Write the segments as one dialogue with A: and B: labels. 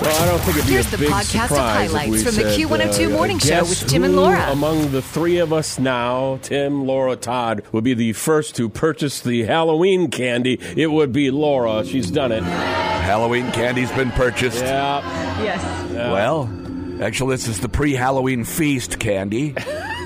A: Well, I don't think it'd be
B: Here's
A: a
B: the
A: big
B: podcast of
A: surprise if
B: highlights
A: we
B: from the
A: said,
B: Q102
A: uh,
B: Morning Show
A: guess
B: with Tim and
A: who
B: Laura.
A: Among the three of us now, Tim, Laura, Todd would be the first to purchase the Halloween candy. It would be Laura. She's done it.
C: Halloween candy's been purchased.
A: Yeah.
D: Yes.
C: Well, actually, this is the pre-Halloween feast candy.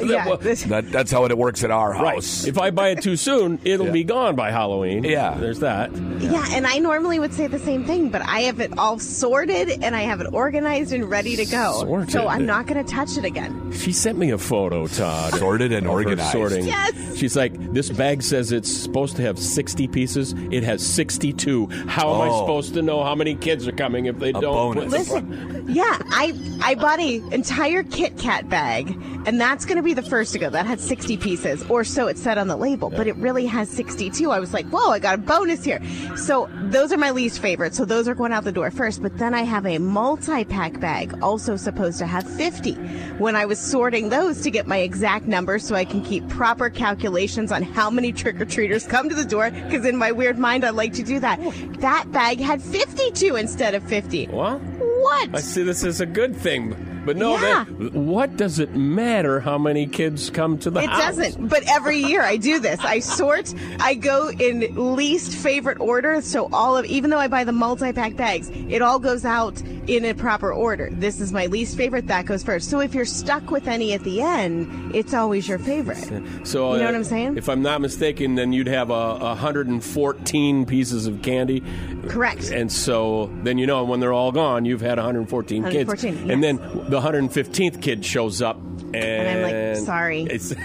D: Yeah. This,
C: That, that's how it works at our
A: Right.
C: house.
A: If I buy it too soon, it'll
C: Yeah.
A: be gone by Halloween.
C: Yeah.
A: There's that.
E: Yeah, and I normally would say the same thing, but I have it all sorted and I have it organized and ready to go.
A: Sorted.
E: So I'm not going to touch it again.
A: She sent me a photo, Todd.
C: Sorted and
A: of her
C: organized.
A: Sorting.
E: Yes.
A: She's like, this bag says it's supposed to have 60 pieces. It has 62. How am I
C: Oh.
A: supposed to know how many kids are coming if they don't?
C: bonus.
A: put the-
E: Listen, yeah, I I bought a entire Kit Kat bag, and that's going to be the first to go. That had 60 pieces, or so it said on the label, but it really has 62. I was like, whoa, I got a bonus here. So those are my least favorite. So those are going out the door first. But then I have a multi-pack bag, also supposed to have 50. When I was sorting those to get my exact number, so I can keep proper calculations on how many trick or treaters come to the door, because in my weird mind, I like to do that. That bag had 52 instead of 50.
A: What?
E: What?
A: I see this as a good thing, but no,
E: Yeah.
A: that, what does it matter how many kids come to the
E: it
A: house?
E: doesn't. But every year I do this. I sort. I go in least favorite order. So all of, even though I buy the multi-pack bags, it all goes out in a proper order. This is my least favorite. That goes first. So if you're stuck with any at the end, it's always your favorite.
A: So
E: You know
A: uh,
E: what I'm saying?
A: If I'm not mistaken, then you'd have a, 114 pieces of candy.
E: Correct.
A: And so then you know when they're all gone, you've had 114, kids.
E: 114,
A: And then
E: yes.
A: the 115th kid shows up, and,
E: I'm like, sorry.
A: It's,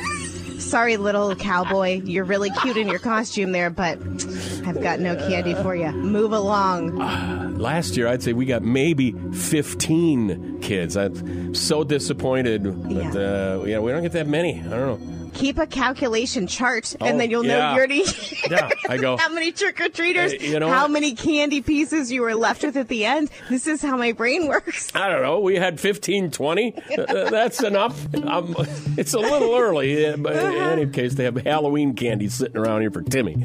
E: Sorry, little cowboy. You're really cute in your costume there, but I've got no candy for you. Move along.
A: last year, I'd say we got maybe 15 kids. I'm so disappointed, but yeah. Uh, yeah, we don't get that many. I don't know.
E: Keep a calculation chart,
A: Oh,
E: and then you'll
A: yeah.
E: know year to year.
A: Yeah, I go.
E: how many trick or treaters,
A: Uh, you know
E: how
A: what?
E: many candy pieces you were left with at the end. This is how my brain works.
A: I don't know. We had 15, 20. Th- th- That's enough. Um, it's a little early. uh, But in any case, they have Halloween candy sitting around here for Timmy.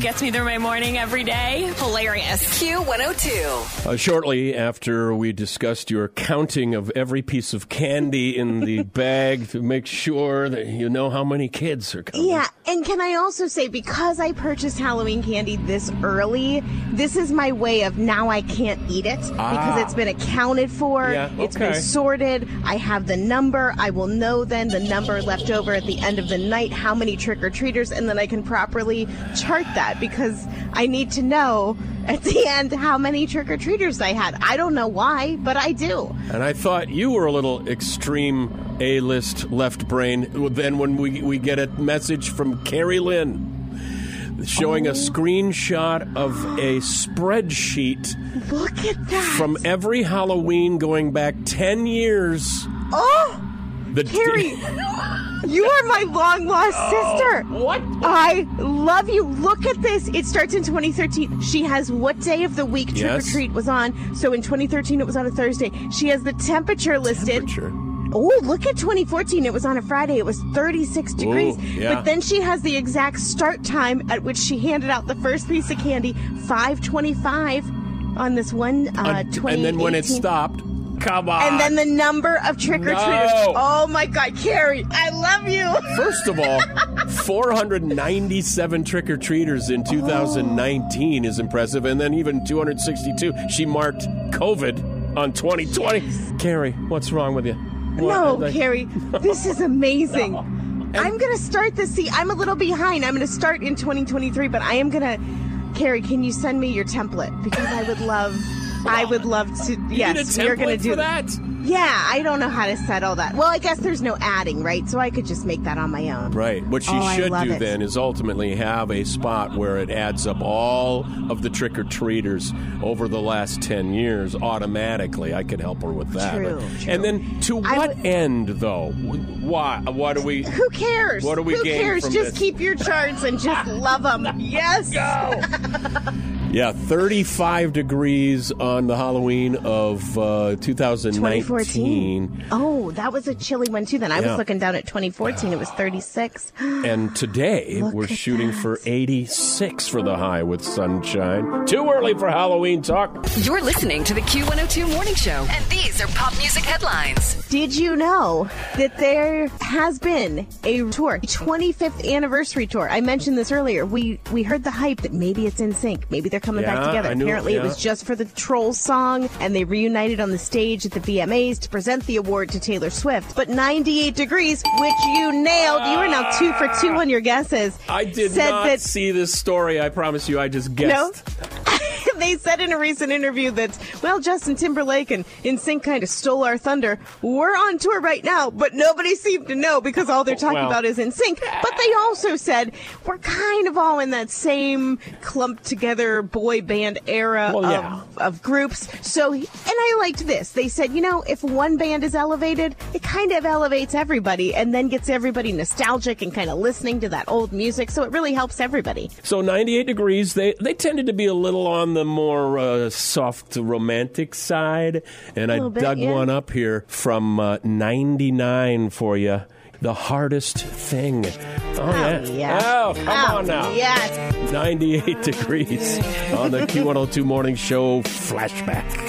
D: gets me through my morning every day. Hilarious.
B: Q102.
A: Uh, shortly after we discussed your counting of every piece of candy in the bag to make sure that you know how many kids are coming.
E: Yeah, and can I also say because I purchased Halloween candy this early, this is my way of now I can't eat it because it's been accounted for,
A: Ah. Yeah,
E: it's been
A: okay.
E: sorted. I have the number. I will know then the number left over at the end of the night how many trick or treaters, and then I can properly chart that because I need to know at the end how many trick or treaters I had. I don't know why, but I do.
A: And I thought you were a little extreme A list left brain. Then when we, we get a message from Carrie Lynn showing a screenshot of a spreadsheet
E: Look at that.
A: from every Halloween going back 10 years.
E: oh.
A: The
E: Carrie, you are my long lost
A: Oh,
E: sister. What? I love you. Look at this. It starts in 2013. She has what day of the week trick
A: Yes.
E: or treat was on. So in 2013, it was on a Thursday. She has the temperature listed. Oh, look at 2014. It was on a Friday. It was 36 degrees.
A: yeah.
E: But then she has the exact start time at which she handed out the first piece of candy, 525 on this one uh, 20
A: and then when it stopped, come on.
E: and then the number of trick or treaters.
A: No.
E: Oh my God, Carrie, I love you.
A: First of all, 497 trick or treaters in 2019 is impressive, and then even 262. She marked COVID on 2020. Carrie, what's wrong with you? What-
E: No,
A: like-
E: Carrie, this is amazing. I'm gonna start this. See, I'm a little behind. I'm gonna start in 2023, but I am gonna. Carrie, can you send me your template because I would love. I would love to.
A: You need
E: Yes,
A: a
E: we are gonna
A: template
E: do
A: for that.
E: Yeah, I don't know how to set all that. Well, I guess there's no adding, right? So I could just make that on my own.
A: Right. What she
E: Oh, I
A: should
E: love
A: do
E: it.
A: then is ultimately have a spot where it adds up all of the trick or treaters over the last 10 years automatically. I could help her with that.
E: True,
A: And then to
E: I
A: what
E: would-
A: end though? Why what do we
E: Who cares?
A: What do we
E: Who
A: gain
E: cares?
A: from
E: just
A: this?
E: keep your charts and just love them. Yes.
A: Yeah, 35 degrees on the Halloween of uh, 2019.
E: Oh, that was a chilly one too. Then I
A: Yeah.
E: was looking down at 2014. It was 36.
A: And today
E: Look
A: we're
E: at
A: shooting
E: that.
A: for 86 for the high with sunshine. Too early for Halloween talk.
B: You're listening to the Q102 Morning Show, and these are pop music headlines.
E: Did you know that there has been a tour, 25th anniversary tour? I mentioned this earlier. We we heard the hype that maybe it's in sync, maybe they're coming
A: Yeah,
E: back together.
A: I knew-
E: Apparently,
A: yeah.
E: it was just for the Trolls song, and they reunited on the stage at the VMAs to present the award to Taylor Swift. But 98 Degrees, which you nailed, you are now two for two on your guesses.
A: I did
E: said
A: not
E: that
A: see this story. I promise you, I just
E: No.
A: guessed.
E: they said in a recent interview that, well, Justin Timberlake and NSYNC kind of stole our thunder. We're on tour right now, but nobody seemed to know because all they're talking
A: Well.
E: about is NSYNC. But they also said we're kind of all in that same clumped together boy band era
A: Well,
E: of,
A: yeah.
E: of groups. So, and I liked this. They said, you know, if one band is elevated, it kind of elevates everybody and then gets everybody nostalgic and kind of listening to that old music. So it really helps everybody.
A: So 98 degrees. They they tended to be a little on the more uh, soft romantic side, and I
E: Little bit,
A: dug
E: yeah.
A: one up here from uh, 99 for you. The hardest thing. Oh, yeah.
E: yeah.
A: Oh, come on now.
E: Yes.
A: 98 degrees on the Q102 Morning Show flashback.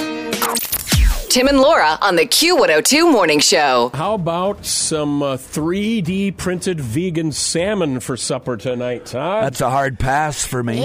B: Tim and Laura on the Q102 Morning Show.
A: How about some uh, 3D printed vegan salmon for supper tonight, huh?
C: That's a hard pass for me.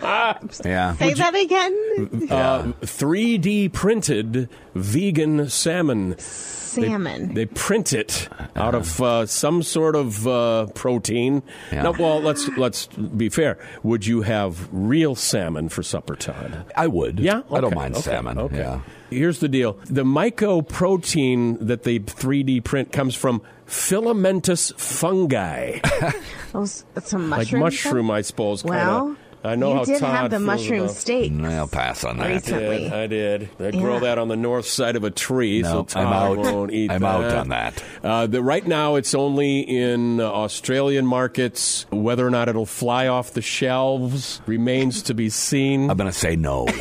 C: yeah.
E: Say that again.
A: Uh, 3D printed vegan salmon.
E: Salmon.
A: They print it out of uh, some sort of uh, protein.
C: Yeah.
A: Now, well, let's let's be fair. Would you have real salmon for supper, Todd?
C: I would.
A: Yeah,
C: I don't
A: Okay.
C: mind
A: Okay.
C: salmon.
A: Okay.
C: Yeah.
A: Here's the deal: the mycoprotein that they 3D print comes from filamentous fungi,
E: Oh, s- some
A: like
E: mushroom. stuff?
A: mushroom, I suppose.
E: Well,
A: kinda. I know
E: you
A: how
E: did
A: Todd
E: have the
A: feels
E: mushroom
A: about-
E: steak.
C: I'll pass on that.
E: Reason-
A: did. I did. I grow
E: Yeah.
A: that on the north side of a tree, so
C: No,
A: Todd
C: I'm out.
A: won't eat
C: I'm
A: that.
C: out on that.
A: Uh, the, right now, it's only in uh, Australian markets. Whether or not it'll fly off the shelves remains to be seen.
C: I'm going to say no.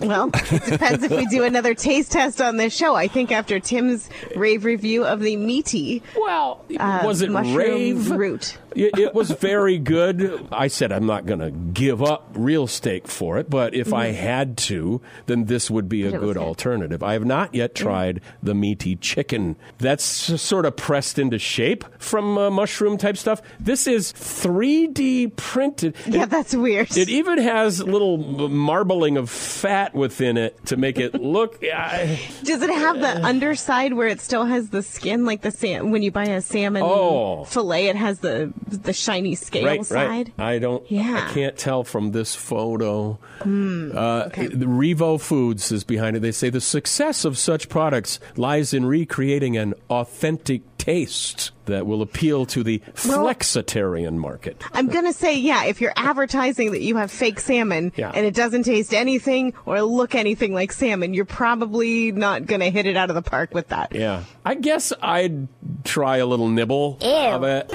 E: Well, it depends if we do another taste test on this show. I think after Tim's rave review of the meaty
A: Well,
E: uh,
A: was it
E: mushroom
A: rave?
E: root.
A: It, it was very good. I said I'm not going to give up real steak for it, but if I had to, then this would be a
E: Mm-hmm. it was
A: good
E: good. Mm-hmm.
A: alternative. I have not yet tried the meaty chicken. That's s- sort of pressed into shape from uh, mushroom type stuff. This is 3D printed.
E: Yeah,
A: It-
E: that's weird.
A: It even has little m- marbling of fat within it to make it look. I-
E: Does it have the underside where it still has the skin, like the sam- when you buy a salmon
A: Oh.
E: fillet, it has the the shiny scale
A: right,
E: side?
A: right. I don't.
E: Yeah. Hmm,
A: I can't tell from this photo. uh, the Revo Foods is behind it. They say the success of such products lies in recreating an authentic taste that will appeal to the flexitarian market.
E: I'm gonna say, yeah, if you're advertising that you have fake salmon
A: Yeah.
E: and it doesn't taste anything or look anything like salmon, you're probably not gonna hit it out of the park with that.
A: Yeah. I guess I'd try a little nibble of it.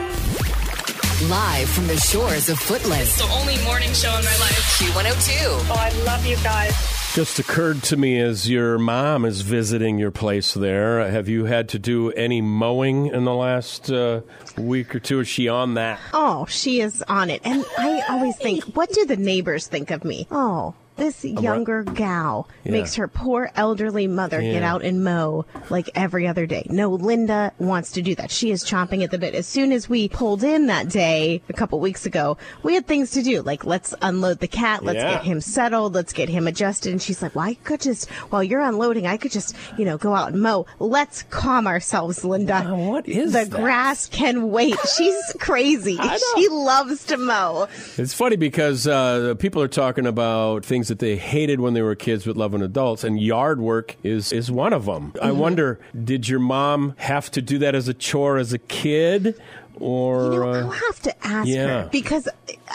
B: Live from the shores of Footloose,
D: The only morning show in my life.
B: Q102.
F: I love you guys.
A: Just occurred to me as your mom is visiting your place there. Have you had to do any mowing in the last uh, week or two? Is she on that?
E: Oh, she is on it. And I always think, what do the neighbors think of me? Oh, this younger gal makes her poor elderly mother get
A: Yeah.
E: out and mow like every other day. No, Linda wants to do that. She is chomping at the bit. As soon as we pulled in that day a couple weeks ago, we had things to do. Like, let's unload the cat. Let's
A: Yeah.
E: get him settled. Let's get him adjusted. And she's like, well, I could just, while you're unloading, I could just, you know, go out and mow. Let's calm ourselves, Linda.
A: Oh, what is
E: the
A: that?
E: grass can wait. She's crazy. She loves to mow.
A: It's funny because uh, people are talking about things that they hated when they were kids but love in adults, and yard work is, is one of them. I
E: Mm-hmm.
A: wonder, did your mom have to do that as a chore as a kid? Or.
E: You know,
A: uh,
E: I'll have to ask
A: yeah.
E: her because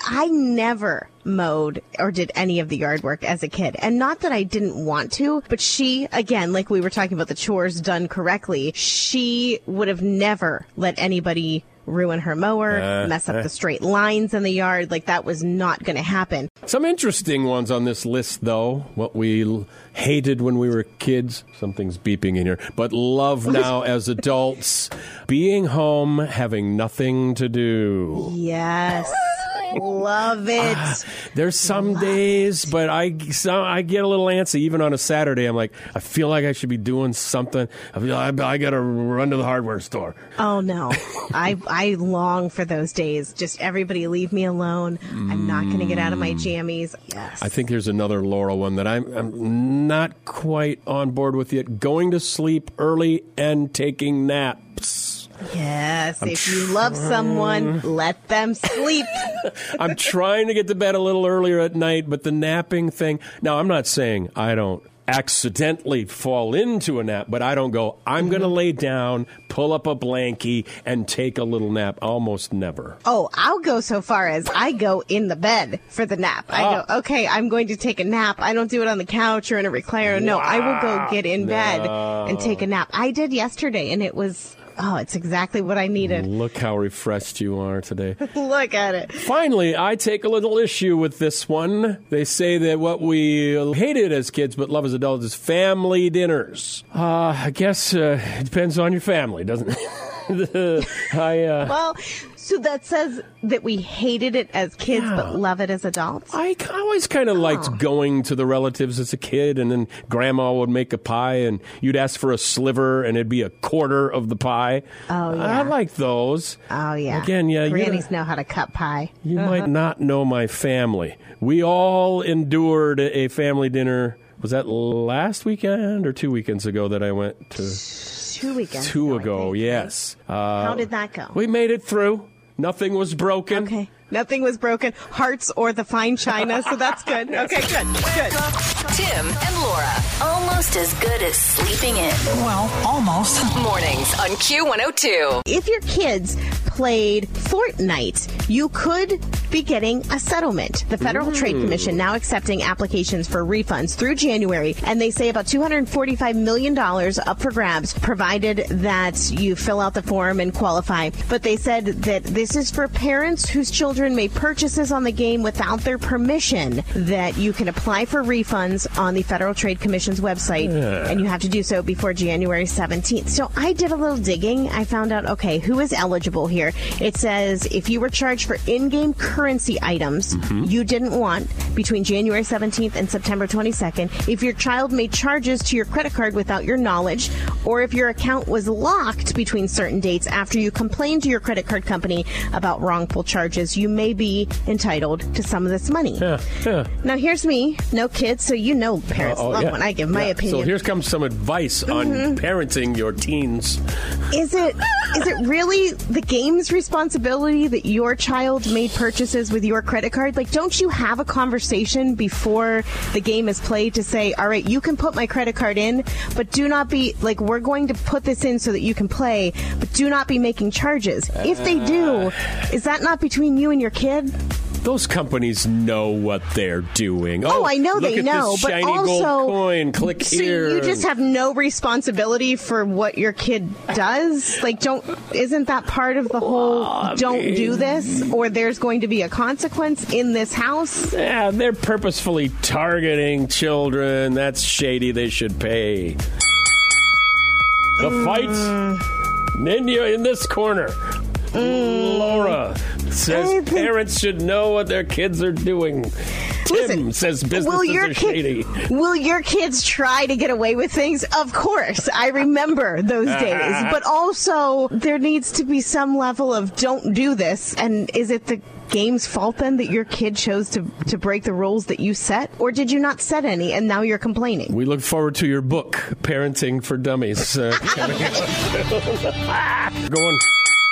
E: I never mowed or did any of the yard work as a kid. And not that I didn't want to, but she, again, like we were talking about the chores done correctly, she would have never let anybody ruin her mower, mess up the straight lines in the yard. Like that was not going to happen.
A: Some interesting ones on this list, though. What we l- hated when we were kids. Something's beeping in here. But love now as adults. Being home, having nothing to do.
E: Yes. Love it.
A: There's some days, but I, some, I get a little antsy. Even on a Saturday, I'm like, I feel like I should be doing something. I, feel, I, I got to run to the hardware store.
E: Oh no. I I long for those days. Just everybody leave me alone. I'm not going to get out of my jammies. Yes.
A: I think here's another Laura one that I'm, I'm not quite on board with yet. Going to sleep early and taking naps.
E: yes. if you love someone, let them sleep.
A: I'm trying to get to bed a little earlier at night, but the napping thing. Now, I'm not saying I don't accidentally fall into a nap, but I don't go, I'm going to lay down, pull up a blankie, and take a little nap. Almost never.
E: Oh, I'll go so far as I go in the bed for the nap. I go, okay, I'm going to take a nap. I don't do it on the couch or in a recliner. No, I will go get in bed and take a nap. I did yesterday and it was, oh, it's exactly what I needed.
A: Look how refreshed you are today.
E: Look at it.
A: Finally, I take a little issue with this one. They say that what we hated as kids but love as adults is family dinners. Uh, I guess uh, it depends on your family, doesn't it? I, uh,
E: Well, so that says that we hated it as kids but love it as adults.
A: I k- always kind of liked going to the relatives as a kid, and then grandma would make a pie, and you'd ask for a sliver, and it'd be a quarter of the pie.
E: Oh,
A: I
E: yeah.
A: like those.
E: Oh yeah. Uh-huh.
A: Again, yeah, you
E: Grannies know how to cut pie.
A: You might not know my family. We all endured a family dinner. Was that last weekend or two weekends ago that I went to?
E: Two weekends.
A: Two
E: I
A: ago,
E: think.
A: yes. Uh,
E: How did that go?
A: we made it through. Nothing was broken.
E: Okay. Nothing was broken, hearts or the fine china, so that's good. Okay, good, good.
B: Tim and Laura.
F: Almost as good as sleeping in.
G: Well, almost.
B: Mornings on Q102.
E: If your kids played Fortnite, you could be getting a settlement. The Federal Trade Commission now accepting applications for refunds through January, and they say about $245 million up for grabs, provided that you fill out the form and qualify. But they said that this is for parents whose children made purchases on the game without their permission, that you can apply for refunds on the Federal Trade Commission's website,
A: Uh.
E: and you have to do so before January 17th. So I did a little digging. I found out, okay, who is eligible here? It says if you were charged for in game currency items
A: Mm-hmm.
E: you didn't want between January 17th and September 22nd, if your child made charges to your credit card without your knowledge, or if your account was locked between certain dates after you complained to your credit card company about wrongful charges, you may be entitled to some of this money.
A: Yeah.
E: Now, here's me, no kids, so you know parents
A: Oh,
E: love
A: yeah.
E: when I give my
A: Yeah.
E: opinion. Mm-hmm.
A: So here comes some advice on parenting your teens.
E: is it is it really the game's responsibility that your child made purchases with your credit card? Like, don't you have a conversation before the game is played to say, "All right, you can put my credit card in, but do not be like we're going to put this in so that you can play, but do not be making charges." If they do, is that not between you and your kid?
A: Those companies know what they're doing. Oh,
E: Oh, I know
A: look
E: they
A: at
E: know,
A: this
E: but
A: shiny
E: also
A: gold coin. Click
E: so
A: here.
E: you just
A: and-
E: have no responsibility for what your kid does. Like, don't isn't that part of the whole? don't do this, or there's going to be a consequence in this house.
A: Yeah, they're purposefully targeting children. That's shady. They should pay.
E: Mm.
A: The fight in India in this corner.
E: Mm.
A: Laura
E: I
A: says
E: think-
A: parents should know what their kids are doing. Tim
E: Listen,
A: says businesses
E: will your
A: are
E: kid-
A: shady.
E: Will your kids try to get away with things? Of course, I remember those days. But also, there needs to be some level of don't do this. And is it the game's fault then that your kid chose to to break the rules that you set, or did you not set any and now you're complaining?
A: We look forward to your book, Parenting for Dummies. Uh, coming up. going,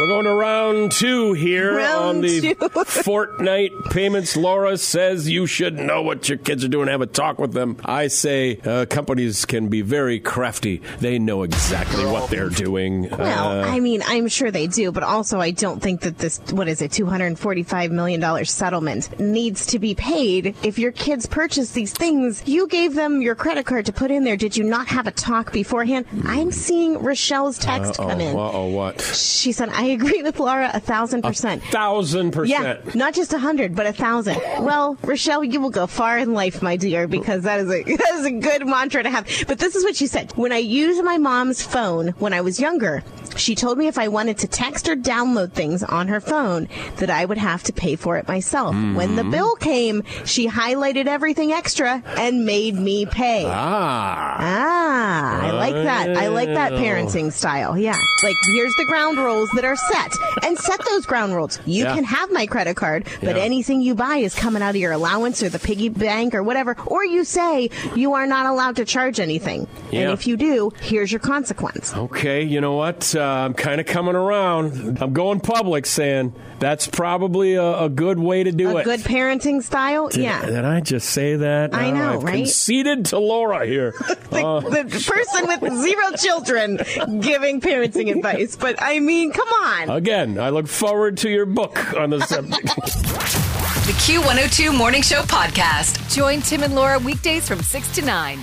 A: we're going to round two here
E: Round
A: on the
E: two.
A: Fortnite payments. Laura says you should know what your kids are doing. Have a talk with them. I say uh, companies can be very crafty. They know exactly what they're doing.
E: Well,
A: Uh,
E: Oh, I mean, I'm sure they do, but also I don't think that this, what is it, $245 million settlement needs to be paid. If your kids purchase these things, you gave them your credit card to put in there. Did you not have a talk beforehand? I'm seeing Rochelle's text come in.
A: Uh, uh-oh, what?
E: She said, I agree with Laura a thousand percent.
A: Thousand
E: Yeah,
A: percent.
E: not just a hundred, but a thousand. Well, Rochelle, you will go far in life, my dear, because that is a that is a good mantra to have. But this is what she said: When I used my mom's phone when I was younger, she told me if I wanted to text or download things on her phone, that I would have to pay for it myself. When the bill came, she highlighted everything extra and made me pay.
A: Ah.
E: Ah, I like that. I like that
A: Oh.
E: parenting style. Yeah. Like, here's the ground rules that are set and set those ground rules. You
A: Yeah.
E: can have my credit card, but
A: Yeah.
E: anything you buy is coming out of your allowance or the piggy bank or whatever. Or you say you are not allowed to charge anything.
A: Yeah.
E: And if you do, here's your consequence.
A: Okay, you know what? Uh, I'm kind of coming around. I'm going public saying that's probably a, a good way to do
E: A
A: it.
E: good parenting style?
A: Did-
E: yeah.
A: Did I just say that?
E: I
A: Now
E: know,
A: I've
E: right?
A: Conceded to Laura here.
E: the, the person with zero children giving parenting advice. But I mean, come on.
A: Again, I look forward to your book on the subject.
B: oh The Q102 Morning Show podcast. Join Tim and Laura weekdays from 6 to 9